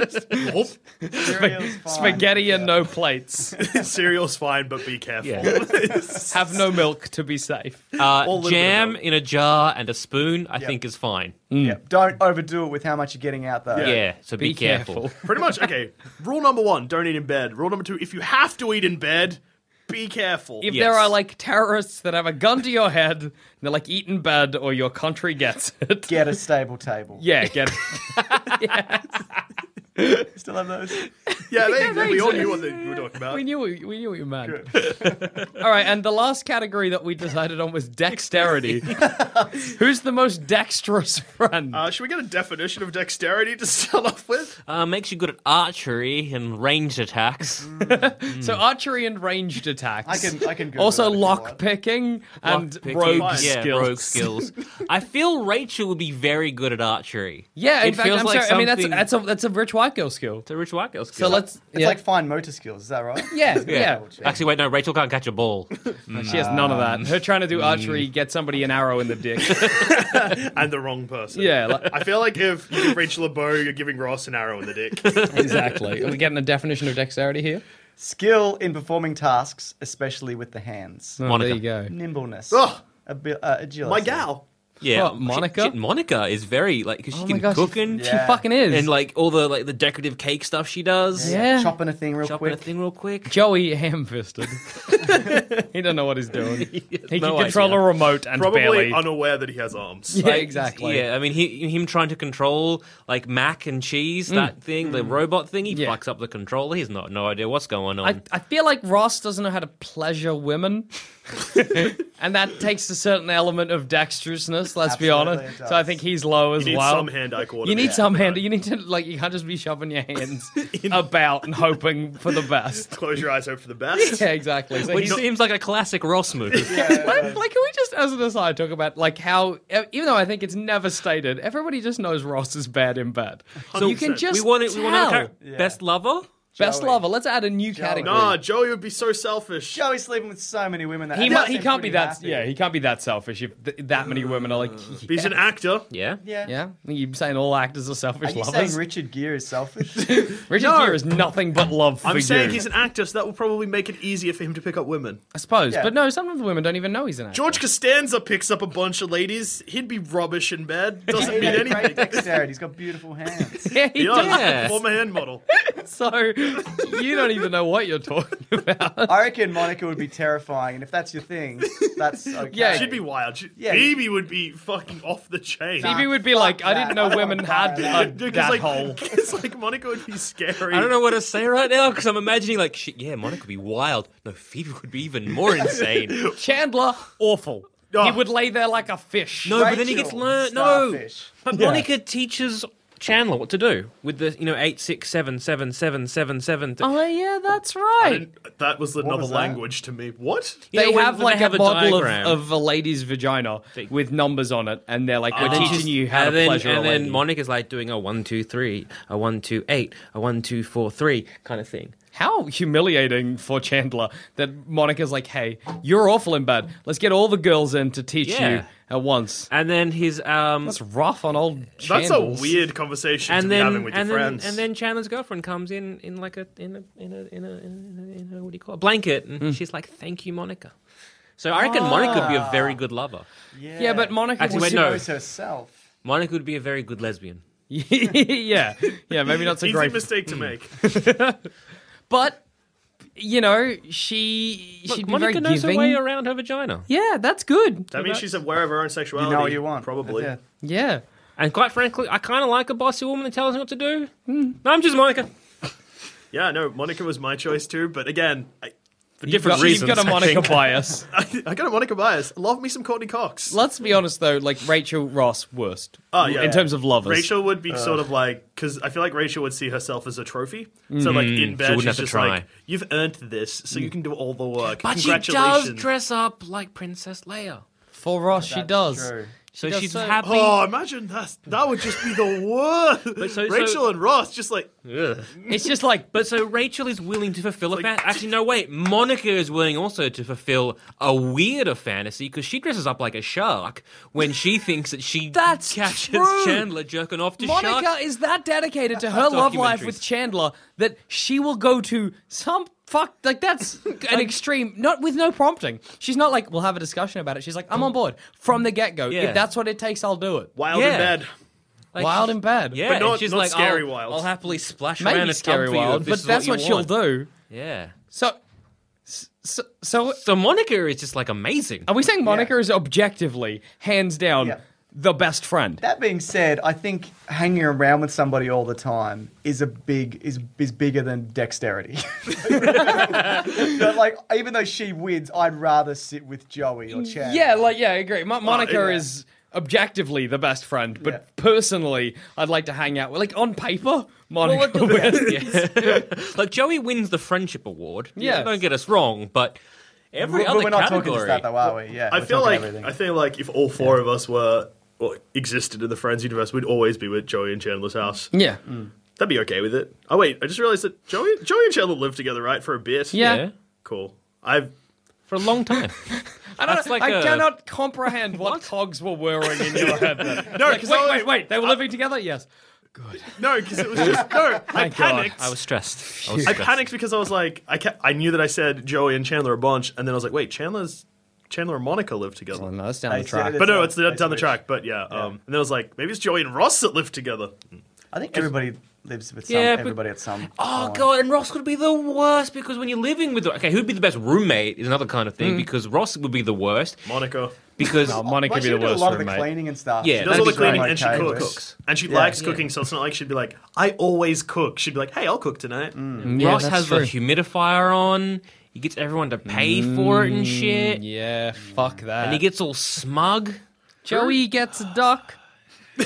Cereal's fine.
Spaghetti and no plates.
Cereal's fine, but be careful.
Yeah.
Have no milk to be safe.
Uh,
little bit of
jam in a jar and a spoon, I think, is fine.
Mm.
Yeah. Don't overdo it with how much you're getting out though.
Yeah, so be, careful.
Pretty much, okay. Rule number one, don't eat in bed. Rule number two, if you have to eat in bed, be careful.
If
Yes.
there are like terrorists that have a gun to your head, and they're like, eat in bed or your country gets it.
Get a stable table.
Yeah, get it.
Still have those.
yeah, they,
they
we all
do.
knew what they we were talking about.
We knew we, we knew what you meant. All right, and the last category that we decided on was dexterity. Who's the most dexterous friend?
Uh, should we get a definition of dexterity to start off with?
Uh, makes you good at archery and ranged attacks.
Mm. so archery and ranged attacks.
I can. I can. Google
also
that if you want.
lock picking and
Lockpicking.
rogue
yeah,
skills.
rogue skills. I feel Rachel would be very good at archery.
Yeah, in
It
fact,
feels
I'm
like
sorry. I mean, that's
something-
that's a that's a rich white girl skill.
It's a rich white girl
So
skill.
let's.
It's
yeah.
like fine motor skills. Is that right?
yeah, yeah.
Actually, wait, no, Rachel can't catch a ball.
She has none of that. Her trying to do archery, get somebody an arrow in the dick.
And the wrong person.
yeah, like,
I feel like if you give Rachel a bow, you're giving Ross an arrow in the dick.
exactly. Are we getting a definition of dexterity here?
Skill in performing tasks, especially with the hands.
Oh,
Monica.
There you go.
Nimbleness.
Ugh.
Abi- uh, agility.
My gal.
Yeah,
What, Monica?
Shit, Monica is very like because she
Oh my
can
gosh,
cook
she-
and
She
Yeah.
fucking is.
and like all the like the decorative cake stuff she does.
Yeah.
Chopping a thing real
Chopping
quick.
a thing real quick.
Joey ham-fisted. he don't know what he's doing. He, can
no
control
idea.
a remote and
Probably
barely.
unaware that he has arms.
Yeah, exactly.
Yeah, I mean, he, him trying to control like mac and cheese, that thing, the robot thing. He
Mm. Yeah.
fucks up the controller. He's not no idea what's going on.
I, I feel like Ross doesn't know how to pleasure women, and that takes a certain element of dexterousness. Let's be
Absolutely,
honest.
it
So I
does.
think he's low as
You need
well.
some hand-eye coordination.
you need some hand. You need to like. You can't just be shoving your hands about and hoping for the best.
Close your eyes, hope for the best.
Yeah, exactly. So
Which
he's-
seems like a classic Ross move.
Like, like, can we just, as an aside, talk about like how, even though I think it's never stated, everybody just knows Ross is bad in bed. So you can
100%.
just
we want it.
tell.
We want another char- best lover.
Best
Joey.
lover. Let's add a new category.
Nah, Joey would be so selfish.
Joey's sleeping with so many women that
he
that
mu- he
seem
can't be
pretty
that.
happy.
Yeah, he can't be that selfish if th- that many women are like. Yeah.
He's an actor.
Yeah.
Yeah.
Yeah, you saying all actors are
Are
selfish
you
lovers?
saying Richard Gere is selfish?
Richard
No.
Gere is nothing but love for
I'm
you.
saying he's an actor, so that will probably make it easier for him to pick up women.
I suppose,
Yeah.
but no, some of the women don't even know he's an actor.
George Costanza picks up a bunch of ladies. He'd be rubbish in bed. Doesn't mean
Great
anything.
dexterity. He's got beautiful hands.
yeah, he
Yeah,
does.
Yes.
former hand model.
So You don't even know what you're talking about.
I reckon Monica would be terrifying, and if that's your thing, that's okay.
Yeah.
She'd be wild. She,
Yeah.
Phoebe would be fucking off the chain.
Phoebe would be like, I
that.
didn't know women had a,
Dude, 'cause,
that
like,
hole.
It's like Monica would be scary.
I don't know what to say right now because I'm imagining like shit. Yeah, Monica would be wild. No, Phoebe would be even more insane.
Chandler, awful. He
Oh.
would lay there like a fish.
No, but then he gets
Rachel,
learned. No,
starfish.
but Monica teaches Chandler what to do with the you know eight six seven seven seven seven seven. th-
Oh yeah, that's right.
And that was another
was that?
language to me. What?
Yeah,
They
when
have like
have
a model of,
diagram.
of a lady's vagina
They-
with numbers on it, and they're like, "We're
And then
teaching
she's-
you how to
and then,
pleasure
And
a
then
lady."
Monica's like doing a one two three, a one two eight, a one two four three kind of thing.
How humiliating for Chandler that Monica's like, "Hey, you're awful in bed. Let's get all the girls in to teach you
Yeah.
at once."
And then his um.
That's rough on old.
That's a
Chandlers.
weird conversation to
and
be
then,
having with
and
your
then,
friends.
and then Chandler's girlfriend comes in in like a in a in a in a, in a, in a what do you call it? blanket, and
Mm.
she's like, "Thank you, Monica." So I reckon Monica would be a very good lover.
Ah. Yeah, but Monica.
Actually,
was
wait, no.
Knows herself.
Monica would be a very good lesbian.
yeah, yeah. Maybe not so
Easy
great.
mistake
Hmm.
to make.
but you know, she she'd
Look,
be
Monica
very
knows
giving.
her way around her vagina,
Yeah, that's good.
That means she's aware of her own sexuality.
You know what you want.
Probably.
That's it.
Yeah.
and quite frankly, I kind of like a bossy woman that tells me what to do. No, I'm just Monica.
Yeah, no, Monica was my choice too, but again, I, for
You've
different
got,
reasons.
You've got a
I
Monica
think.
bias.
I, got a Monica bias. Love me some Courtney Cox.
Let's be honest though, like Rachel Ross, worst.
Oh, yeah.
In terms of lovers.
Rachel would
Uh.
be sort of like because I feel like Rachel would see herself as a trophy. So like in bed,
Mm-hmm. wouldn't
she's
have to
just
try.
like, "You've earned this, so
Mm.
you can do all the work."
But she
Congratulations.
does dress up like Princess Leia,
for Ross, she
That's
does.
true.
so
does
she's
so.
happy.
Oh, imagine that! That would just be the worst.
so- so-
Rachel and Ross just like
It's just like
But so Rachel is willing to fulfill a fan. Actually, no, wait. Monica is willing also to fulfill a weirder fantasy because she dresses up like a shark when she thinks that she
That's
catches
true.
Chandler jerking off to
Monica
sharks.
is that dedicated to her love life
Documentaries.
with Chandler that she will go to some fuck like that's an extreme not with no prompting. She's not like we'll have a discussion about it. She's like I'm on board from the get go.
Yeah.
If that's what it takes, I'll do do it.
wild
Yeah.
in bed.
Like,
Wild and bad.
Yeah,
But not-
and she's
not
like,
scary
I'll,
wild.
I'll happily splash around
Maybe
a
scary
tub for you if
wild,
this
but
is
that's
you
what, she'll do.
want. Yeah.
So, so, so
So Monica is just like amazing.
are we saying Monica is objectively, hands down,
Yeah.
the best friend?
That being said, I think hanging around with somebody all the time is a big is is bigger than dexterity. but like, even though she wins, I'd rather sit with Joey or Chad.
yeah, like Oh, yeah, I agree. Mo- Monica
yeah.
is objectively the best friend, but
Yeah.
personally, I'd like to hang out. with Like on paper,
Well,
Monica.
look at that. Yeah. like Joey wins the friendship award.
Yes.
Don't get us wrong, but every
But
other
we're not talking
category.
just that though, are we? Yeah,
I
we're
feel
talking
like
everything.
I feel like if all four of us were or existed in the Friends universe, we'd always be with Joey and Chandler's house.
Mm.
yeah.
That'd be okay with it. Oh wait, I just realized that Joey Joey and Chandler lived together, right, for a bit.
yeah,
Yeah.
Cool. I've
for a long time.
I don't.
That's
know-
like uh,
I
a-
cannot comprehend what, cogs were whirring in your head. no, wait,
I was-
wait, wait. They were living together. Yes.
No, because it was just no. I
God.
panicked.
I was stressed. I was
I
stressed.
panicked because I was like, I ca I knew that I said Joey and Chandler a bunch, and then I was like, wait, Chandler's Chandler and Monica live together.
no, that's down
the track.
But no, it's
They
down the
switch.
track. But yeah, um, and then I was like, maybe it's Joey and Ross that live together.
I think everybody lives with some,
Yeah, but-
everybody at some.
Oh
point.
god, and Ross would be the worst because when you're living with okay, who'd be the best roommate is another kind of thing because Ross would be the worst
Monica
because
Monica
Well,
would be
she
the
would do
worst
a lot of the
roommate.
cleaning and stuff.
Yeah,
She
does
That'd
all
be
the
great.
cleaning and she
Okay,
cooks.
with-
and she
Yeah.
likes cooking, so it's not like she'd be like, I always cook. She'd be like, hey, I'll cook tonight.
Yeah,
Ross
that's
has
true.
the humidifier on. He gets everyone to pay for it and shit.
Yeah, fuck that.
And he gets all smug.
Joey gets a duck,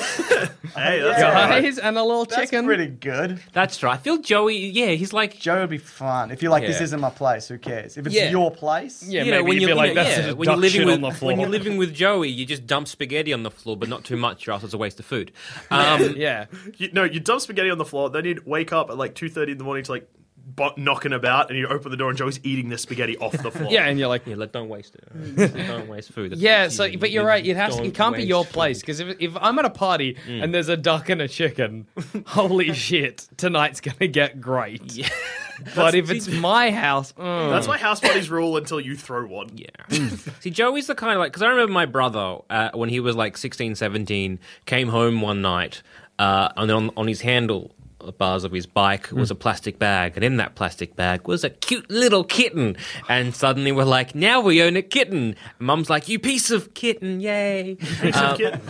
Hey, that's
Yeah.
all right.
guys, and a little
That's
chicken.
pretty good.
That's right. I feel Joey. Yeah, he's like
Joey would be fun. If you're like, this
Yeah.
isn't my place, who cares? If it's
Yeah.
your place,
Yeah,
you know
maybe
when
you'd
you're
be like
you know,
that's
yeah,
just
when you're living
shit
with
on the floor.
when you're living with Joey, you just dump spaghetti on the floor, but not too much, or else it's a waste of food. Um,
yeah.
You, no, you dump spaghetti on the floor, then you'd wake up at like 2.30 in the morning to like bo- knocking about, and you open the door, and Joey's eating the spaghetti off the floor.
Yeah, and you're like,
yeah, like don't waste it. don't waste food. That's
Yeah,
what
so
you-
but you're
you
right. It has to, it
don't
can't be
waste
your
food.
place because if, if I'm at a party and there's a duck and a chicken, holy shit, tonight's gonna get great. but if it's my house, mm.
That's my house buddies rule until you throw one. Yeah.
Yeah. See, Joey's the kind of like, because I remember my brother, uh, when he was like 16, 17, came home one night uh, and on, on his handle, bars of his bike was a plastic bag, and in that plastic bag was a cute little kitten. And suddenly we're like, now we own a kitten. And Mum's like, you piece of kitten, yay! Uh,
Kitten.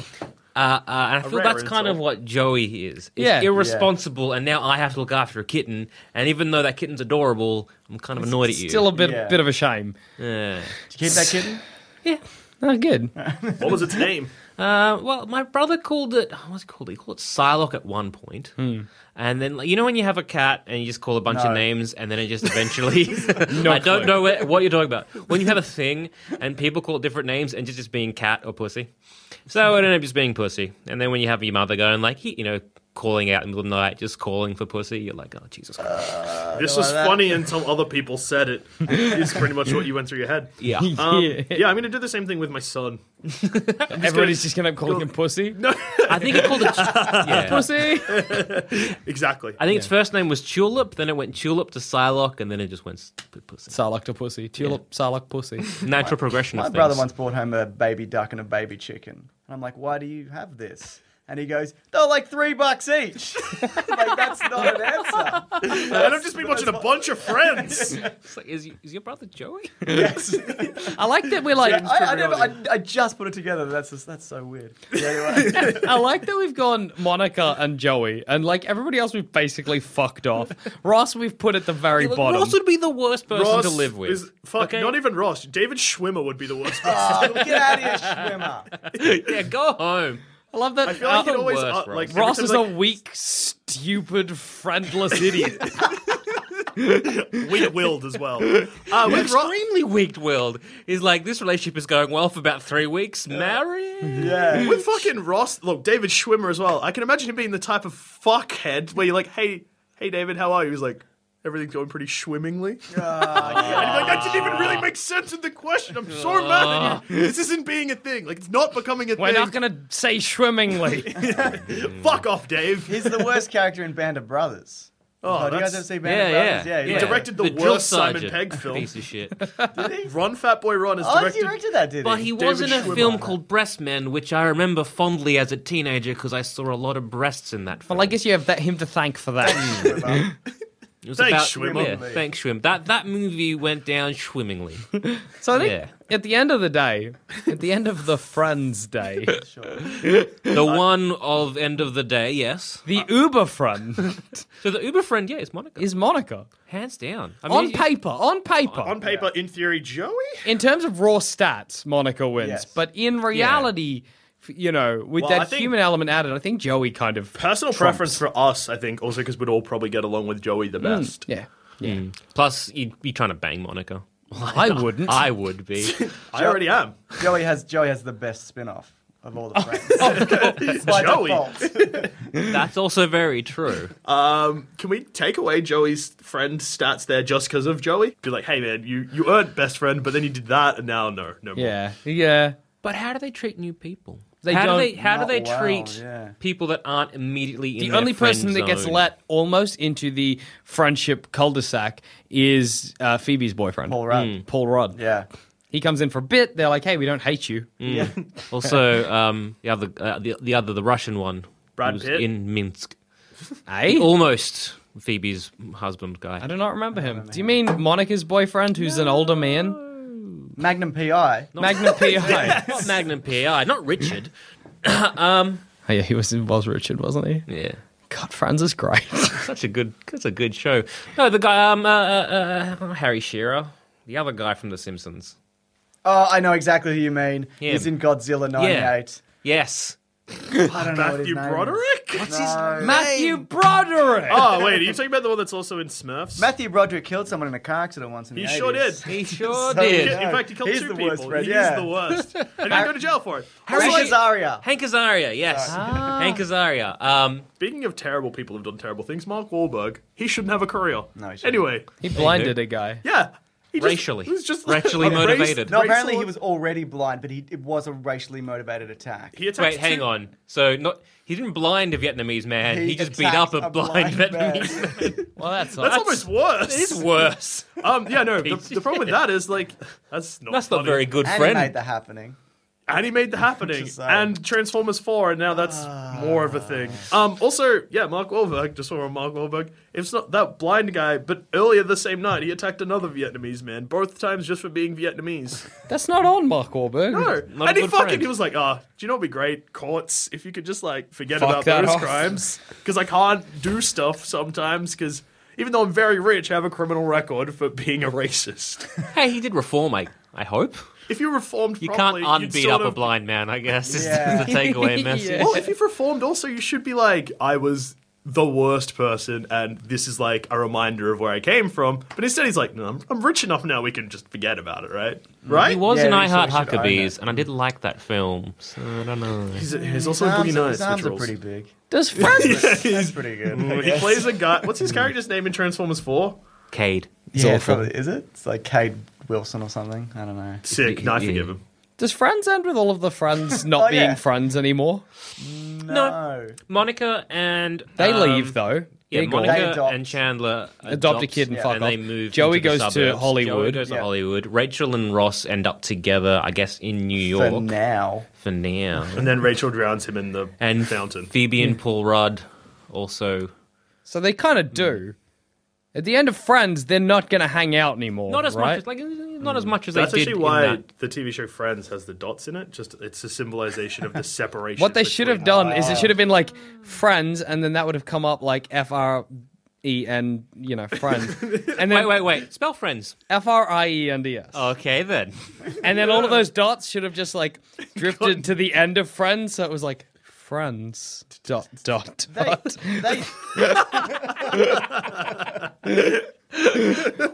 uh, uh, and I feel
rare
that's kind of
insult.
what Joey is. He's
Yeah.
irresponsible, and now I have to look after a kitten. And even though that kitten's adorable, I'm kind of annoyed at you.
Still a bit
Yeah.
bit of a shame.
Yeah.
Did you keep that kitten?
Oh, good.
What was its name?
Uh, well, my brother called it. oh, What's it called? He called it Psylocke at one point, and then like, you know when you have a cat and you just call a bunch of names, and then it just eventually. I don't
clue.
know where, what you're talking about. When you have a thing and people call it different names, and just just being cat or pussy, so it ended up just being pussy. And then when you have your mother going like, you know, calling out in the middle of the night, just calling for pussy, you're like, oh Jesus. Christ.
This was
like that.
funny until other people said it. It's pretty much what you went through your head.
yeah.
Um, yeah. I'm going to do the same thing with my son.
Everybody's just gonna call him pussy. No
I think it called it. yeah.
pussy.
Exactly.
I think its first name was Tulip, then it went Tulip to Psylocke, and then it just went s- pussy.
Sarlacc to pussy. Tulip Sarlacc pussy.
Natural progression of
My
things.
brother once brought home a baby duck and a baby chicken. And I'm like, why do you have this? And he goes, they're like three bucks each. like, that's not an answer.
and I've just been watching a bunch of Friends.
It's like, is, is your brother Joey?
Yes.
I like that we're like
I, I, never, I, I just put it together. That's just, that's so weird. Yeah, anyway.
I like that we've gone Monica and Joey, and like everybody else, we've basically fucked off. Ross, we've put at the very
Look,
bottom.
Ross would be the worst person
Ross
to live with.
is- fuck,
okay?
not even Ross. David Schwimmer would be the worst.
Oh, get out of here, swimmer.
yeah, go home.
I love that.
I feel like
uh,
it always
worse,
uh, like
Ross.
every
Ross
time,
is
like,
a weak, stupid, friendless idiot.
weak willed as well. Uh, with Ross,
Extremely weak-willed. He's like, this relationship is going well for about three weeks. Married?
Yeah.
with fucking Ross, look, David Schwimmer as well. I can imagine him being the type of fuckhead where you're like, hey, hey, David, how are you? He's like, everything's going pretty swimmingly. And you're like, that didn't even really make sense in the question. I'm so mad at you. This isn't being a thing. Like, it's not becoming a
We're
thing.
not gonna say swimmingly.
Fuck off, Dave.
He's the worst character in Band of Brothers.
Oh,
do you
that's-
guys ever see Band
Yeah,
of
yeah,
Brothers? Yeah,
yeah.
he's-
directed the
drill
worst Simon
sergeant.
Pegg film.
Piece of shit.
Ron Fat Boy Ron is
Oh,
directed.
he directed that, did he?
But he was in a
Schwimmer.
film called Breast Men, which I remember fondly as a teenager because I saw a lot of breasts in that film.
well, I guess you have that, him to thank for that.
it was
Thanks,
about,
Schwimmer.
Yeah, thanks, Schwim. That, that movie went down swimmingly.
so I think
Yeah.
at the end of the day, at the end of the Friends day,
the one of end of the day, yes.
the Uber friend
So the Uber friend, yeah, is Monica.
is Monica.
Hands down. I
On
mean,
paper, on paper,
On paper, in theory, Joey?
in terms of raw stats, Monica wins.
Yes.
But in reality, f you know, with
Well, I
that
think-
human element added, I think Joey kind of
Personal preference for us, I think, also because we'd all probably get along with Joey the best.
Yeah,
Plus, you'd be trying to bang Monica.
I wouldn't.
I would be.
I already am.
Joey has Joey has the best spin-off of all the friends. By
Oh. Joey.
default.
That's also very true.
Can we take away Joey's friend stats there just because of Joey? Be like, hey man, you, you earned best friend, but then you did that, and now no, no more.
yeah, uh, yeah.
But how do they treat new people?
They
how
don't-
do they how do
Not
they
well,
treat
yeah.
people that aren't immediately in
The
their
only person
friend
that gets
zone?
let almost into the friendship cul-de-sac is uh, Phoebe's boyfriend, Mm.
Paul Rudd.
Hmm.
Paul Rudd.
Yeah.
He comes in for a bit. They're like, "Hey, we don't hate you."
Mm. Also, um, the other uh, the, the other the Russian one,
Brad
who was
Pitt?
in Minsk,
Hey,
almost Phoebe's husband guy.
I do not remember him. Do you mean Monica's boyfriend, who's an older man?
Magnum PI.
Magnum PI.
Not Magnum PI, not Richard.
Oh yeah, he was was Richard, wasn't he?
Yeah.
God, Franz is great.
Such a good, that's a good show. No, the guy, um, uh, uh, uh, Harry Shearer, the other guy from The Simpsons.
Oh, I know exactly who you mean.
Him.
He's in Godzilla 98.
Yes,
I don't know what
Matthew
his name
Broderick?
Is. No.
Matthew Broderick.
oh wait, are you talking about the one that's also in Smurfs?
Matthew Broderick killed someone in a car accident once in
he
the
sure
80s.
did.
he sure
So
did.
In
Yeah.
fact, he killed
He's
two
the
people.
worst, Fred,
He's
yeah.
the worst, and he go to jail for it.
Frank
Really?
Azaria.
Hank Azaria, yes. Hank Azaria. Um,
Speaking of terrible people who've done terrible things, Mark Wahlberg, he shouldn't have a career.
No, he shouldn't.
Anyway,
He blinded a guy.
yeah, he just-
Racially.
he was just
Racially
a race-
motivated.
No,
racial-
apparently he was already blind, but he, it was a racially motivated attack.
He attacked
wait, hang
two-
on. So not he didn't blind a Vietnamese man. He, just beat up
attacked
a, blind, Vietnamese.
man.
Well, that's
That's,
all.
almost worse.
It's worse.
Um, yeah, no. The,
Piece
the
of
problem with that is like that's not.
That's not
funny.
very good,
and he
friend.
made the happening.
and he made the happening
Just saying.
and Transformers Four, and now that's
Ah.
more of a thing. Um, also, yeah, Mark Wahlberg. Just saw Mark Wahlberg. It's not that blind guy, but earlier the same night he attacked another Vietnamese man, both times just for being Vietnamese.
That's not on Mark Wahlberg.
No,
Not
and
a
he
good
fucking
friend.
he was like, "Ah, do you know what'd be great? Courts, if you could just like forget
Fuck
about
that
those
off.
crimes, because I can't do stuff sometimes because." Even though I'm very rich, I have a criminal record for being a racist.
Hey, he did reform, I, I hope.
If you reformed
You
properly,
can't
you'd
unbeat
sort
up a
of-
blind man, I guess, is
Yeah.
the takeaway message.
Yeah.
Well, if you've reformed, also you should be like, I was the worst person, and this is like a reminder of where I came from. But instead, he's like, No, I'm, I'm rich enough now. We can just forget about it, right? Right?
He was
Yeah,
in I
he sort
Heart
of should own
Huckabees, and I did like that film, so I don't know.
He's, he's also
His
in Boogie Nights.
arms, his
which
arms are
rules.
pretty big.
Does Frank?
That's pretty good.
Mm,
I
He
guess.
plays a guy. What's his character's name in Transformers Four?
Cade. It's
Yeah,
awful.
probably. Is it? It's like Cade Wilson or something. I don't know.
Sick. No, I forgive him.
Does Friends end with all of the friends not
Oh,
being
yeah.
friends anymore?
No.
Monica and.
They
um,
leave though.
Yeah,
They're gone.
They
Monica
adopt.
and Chandler
Adopt a kid and
yeah,
fuck
and
off.
They move
Joey
into the
goes to
suburbs. Joey
Hollywood.
goes to
Yeah.
Hollywood. Rachel and Ross end up together, I guess, in New York
For now.
for now.
And then Rachel drowns him in the
And
fountain.
Phoebe and Paul Rudd also.
So they kind of do. At the end of Friends, they're not going to hang out anymore.
Not as
right?
much as like not as much as
That's
they did
actually
in
why
that.
the TV show Friends has the dots in it. Just it's a symbolization of the separation.
What they should have
between-
done
Ah.
is it should have been like Friends, and then that would have come up like F R E N, you know, Friends, and
Wait,
then
wait, wait. Spell friends.
F R I E N D S,
Okay then.
and then all of those dots should have just like drifted to the end of Friends, so it was like Friends dot dot
They,
dot.
they,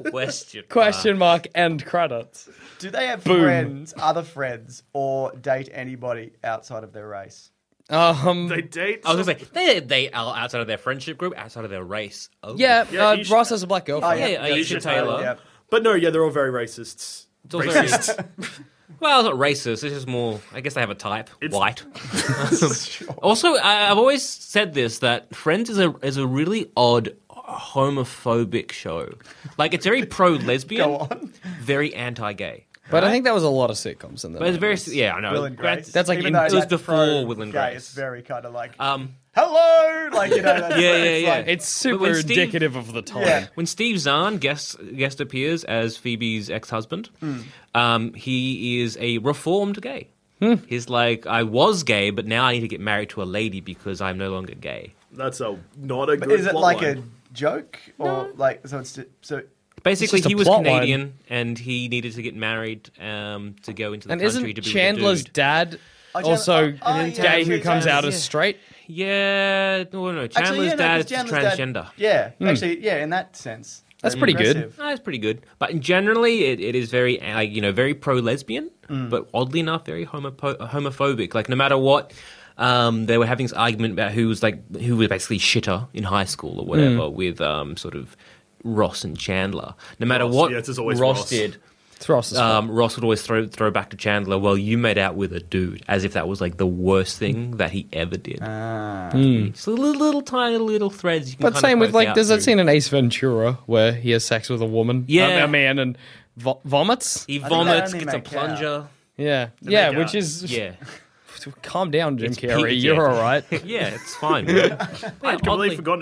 Question. Uh,
Question mark end credits.
do they have friends, other friends, or date anybody outside of their race?
Um,
They date.
I was gonna say they they are outside of their friendship group, outside of their race. Oh.
yeah,
Yeah,
uh,
you should-
Ross has a black girlfriend.
Yeah, yeah, Aisha Taylor.
Yep.
But no, yeah, they're all very racists.
It's also well, it's not racist. It's just more. I guess they have a type. White. also, I, I've always said this that Friends is a is a really odd homophobic show. Like it's very pro
Go
lesbian,
on.
very anti gay.
But I think that was a lot of sitcoms in there.
But it's very yeah. I know.
Will and
Grant-
Grace.
that's like
Even
in-
though
it
was
that's
before
pro
Will and
gay,
Grace.
It's very kind of like
Um,
hello, like you know. That's
Yeah,
it's
yeah, yeah.
Like,
It's
But when
super
Steve-
indicative of the time.
Yeah.
When Steve Zahn guest guest appears as Phoebe's ex husband,
Hmm.
um, he is a reformed gay.
Hmm.
He's like, I was gay, but now I need to get married to a lady because I'm no longer gay.
That's a not a good.
is it
plot
like
line.
a joke or like so? It's ju- so
Basically,
just a
he was
plot line.
Canadian and he needed to get married um, to go into the
And
country to
isn't
be
Chandler's
with a dude.
dad
Chandler-
also
oh, oh,
gay
yeah,
who
yeah,
comes out
yeah.
as straight?
Yeah, no, no. Chandler's
actually, yeah, no,
dad
'cause
is
Chandler's
transgender.
Dad, yeah, actually, yeah, in that sense,
That's pretty good.
impressive.
No, it's pretty good, but generally it, it is very uh, you know very pro lesbian, but oddly enough very homopo- homophobic. Like no matter what, um, they were having this argument about who was like who was basically shitter in high school or whatever with um, sort of Ross and Chandler. No matter
Ross,
what
yes, it's always Ross.
did,
It's Ross's fault.
um, Ross would always throw throw back to Chandler. Well, you made out with a dude, as if that was like the worst thing that he ever did. So little, little tiny little threads. You can
But
kind
same
of
with
poke
like,
out
there's that
through.
scene in Ace Ventura where he has sex with a woman,
Yeah.
a, a man, and vo- vomits.
He
they
vomits,
only
gets a
make out.
plunger.
Yeah, yeah,
make
which
out.
is
Yeah.
calm down, Jim
It's
Carrey.
PG.
You're all right.
Yeah, it's fine. I'd
completely forgotten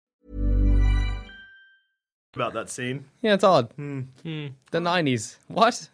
about that scene.
yeah, it's odd.
Hmm.
The '90s. What?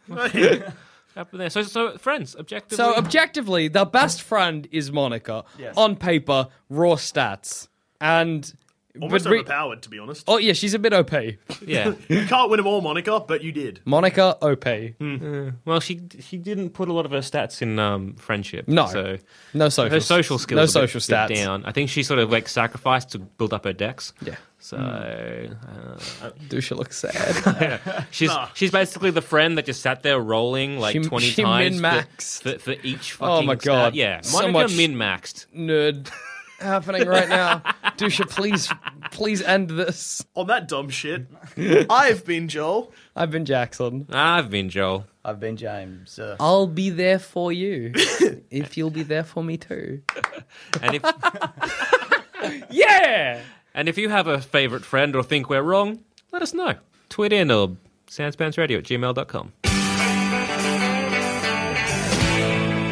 Up in there. So, so friends, objectively.
So objectively, the best friend is Monica.
Yes.
On paper, raw stats, and
Almost
but re-
overpowered, to be honest.
oh yeah, she's a bit OP.
yeah.
You can't win them all, Monica, but you did.
Monica OP.
Hmm. Well, she she didn't put a lot of her stats in um, friendship.
No.
so
No social.
her social skills.
No
are a bit-
social
bit
stats.
down. I think she sort of like sacrificed to build up her decks.
Yeah. Hmm.
So uh,
Dusha looks sad.
she's she's basically the friend that just sat there rolling like
She-
twenty
she
times
min-maxed.
for, for, for each. Fucking
Oh my
stat.
God.
Yeah,
So
Monica
much-
min-maxed.
Nerd happening right now. Dusha, please, please end this.
On that dumb shit, I've been Joel.
I've been Jackson.
I've been Joel.
I've been James. Uh,
I'll be there for you if you'll be there for me too.
And if
Yeah.
and if you have a favorite friend or think we're wrong, let us know. Tweet in or sanspantsradio at gmail.com.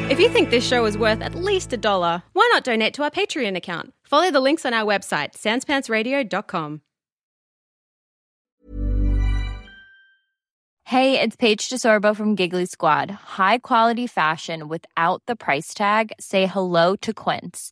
If you think this show is worth at least a dollar, why not donate to our Patreon account? Follow the links on our website, sanspantsradio.com.
Hey, it's Paige DeSorbo from Giggly Squad. High quality fashion without the price tag. Say hello to Quince.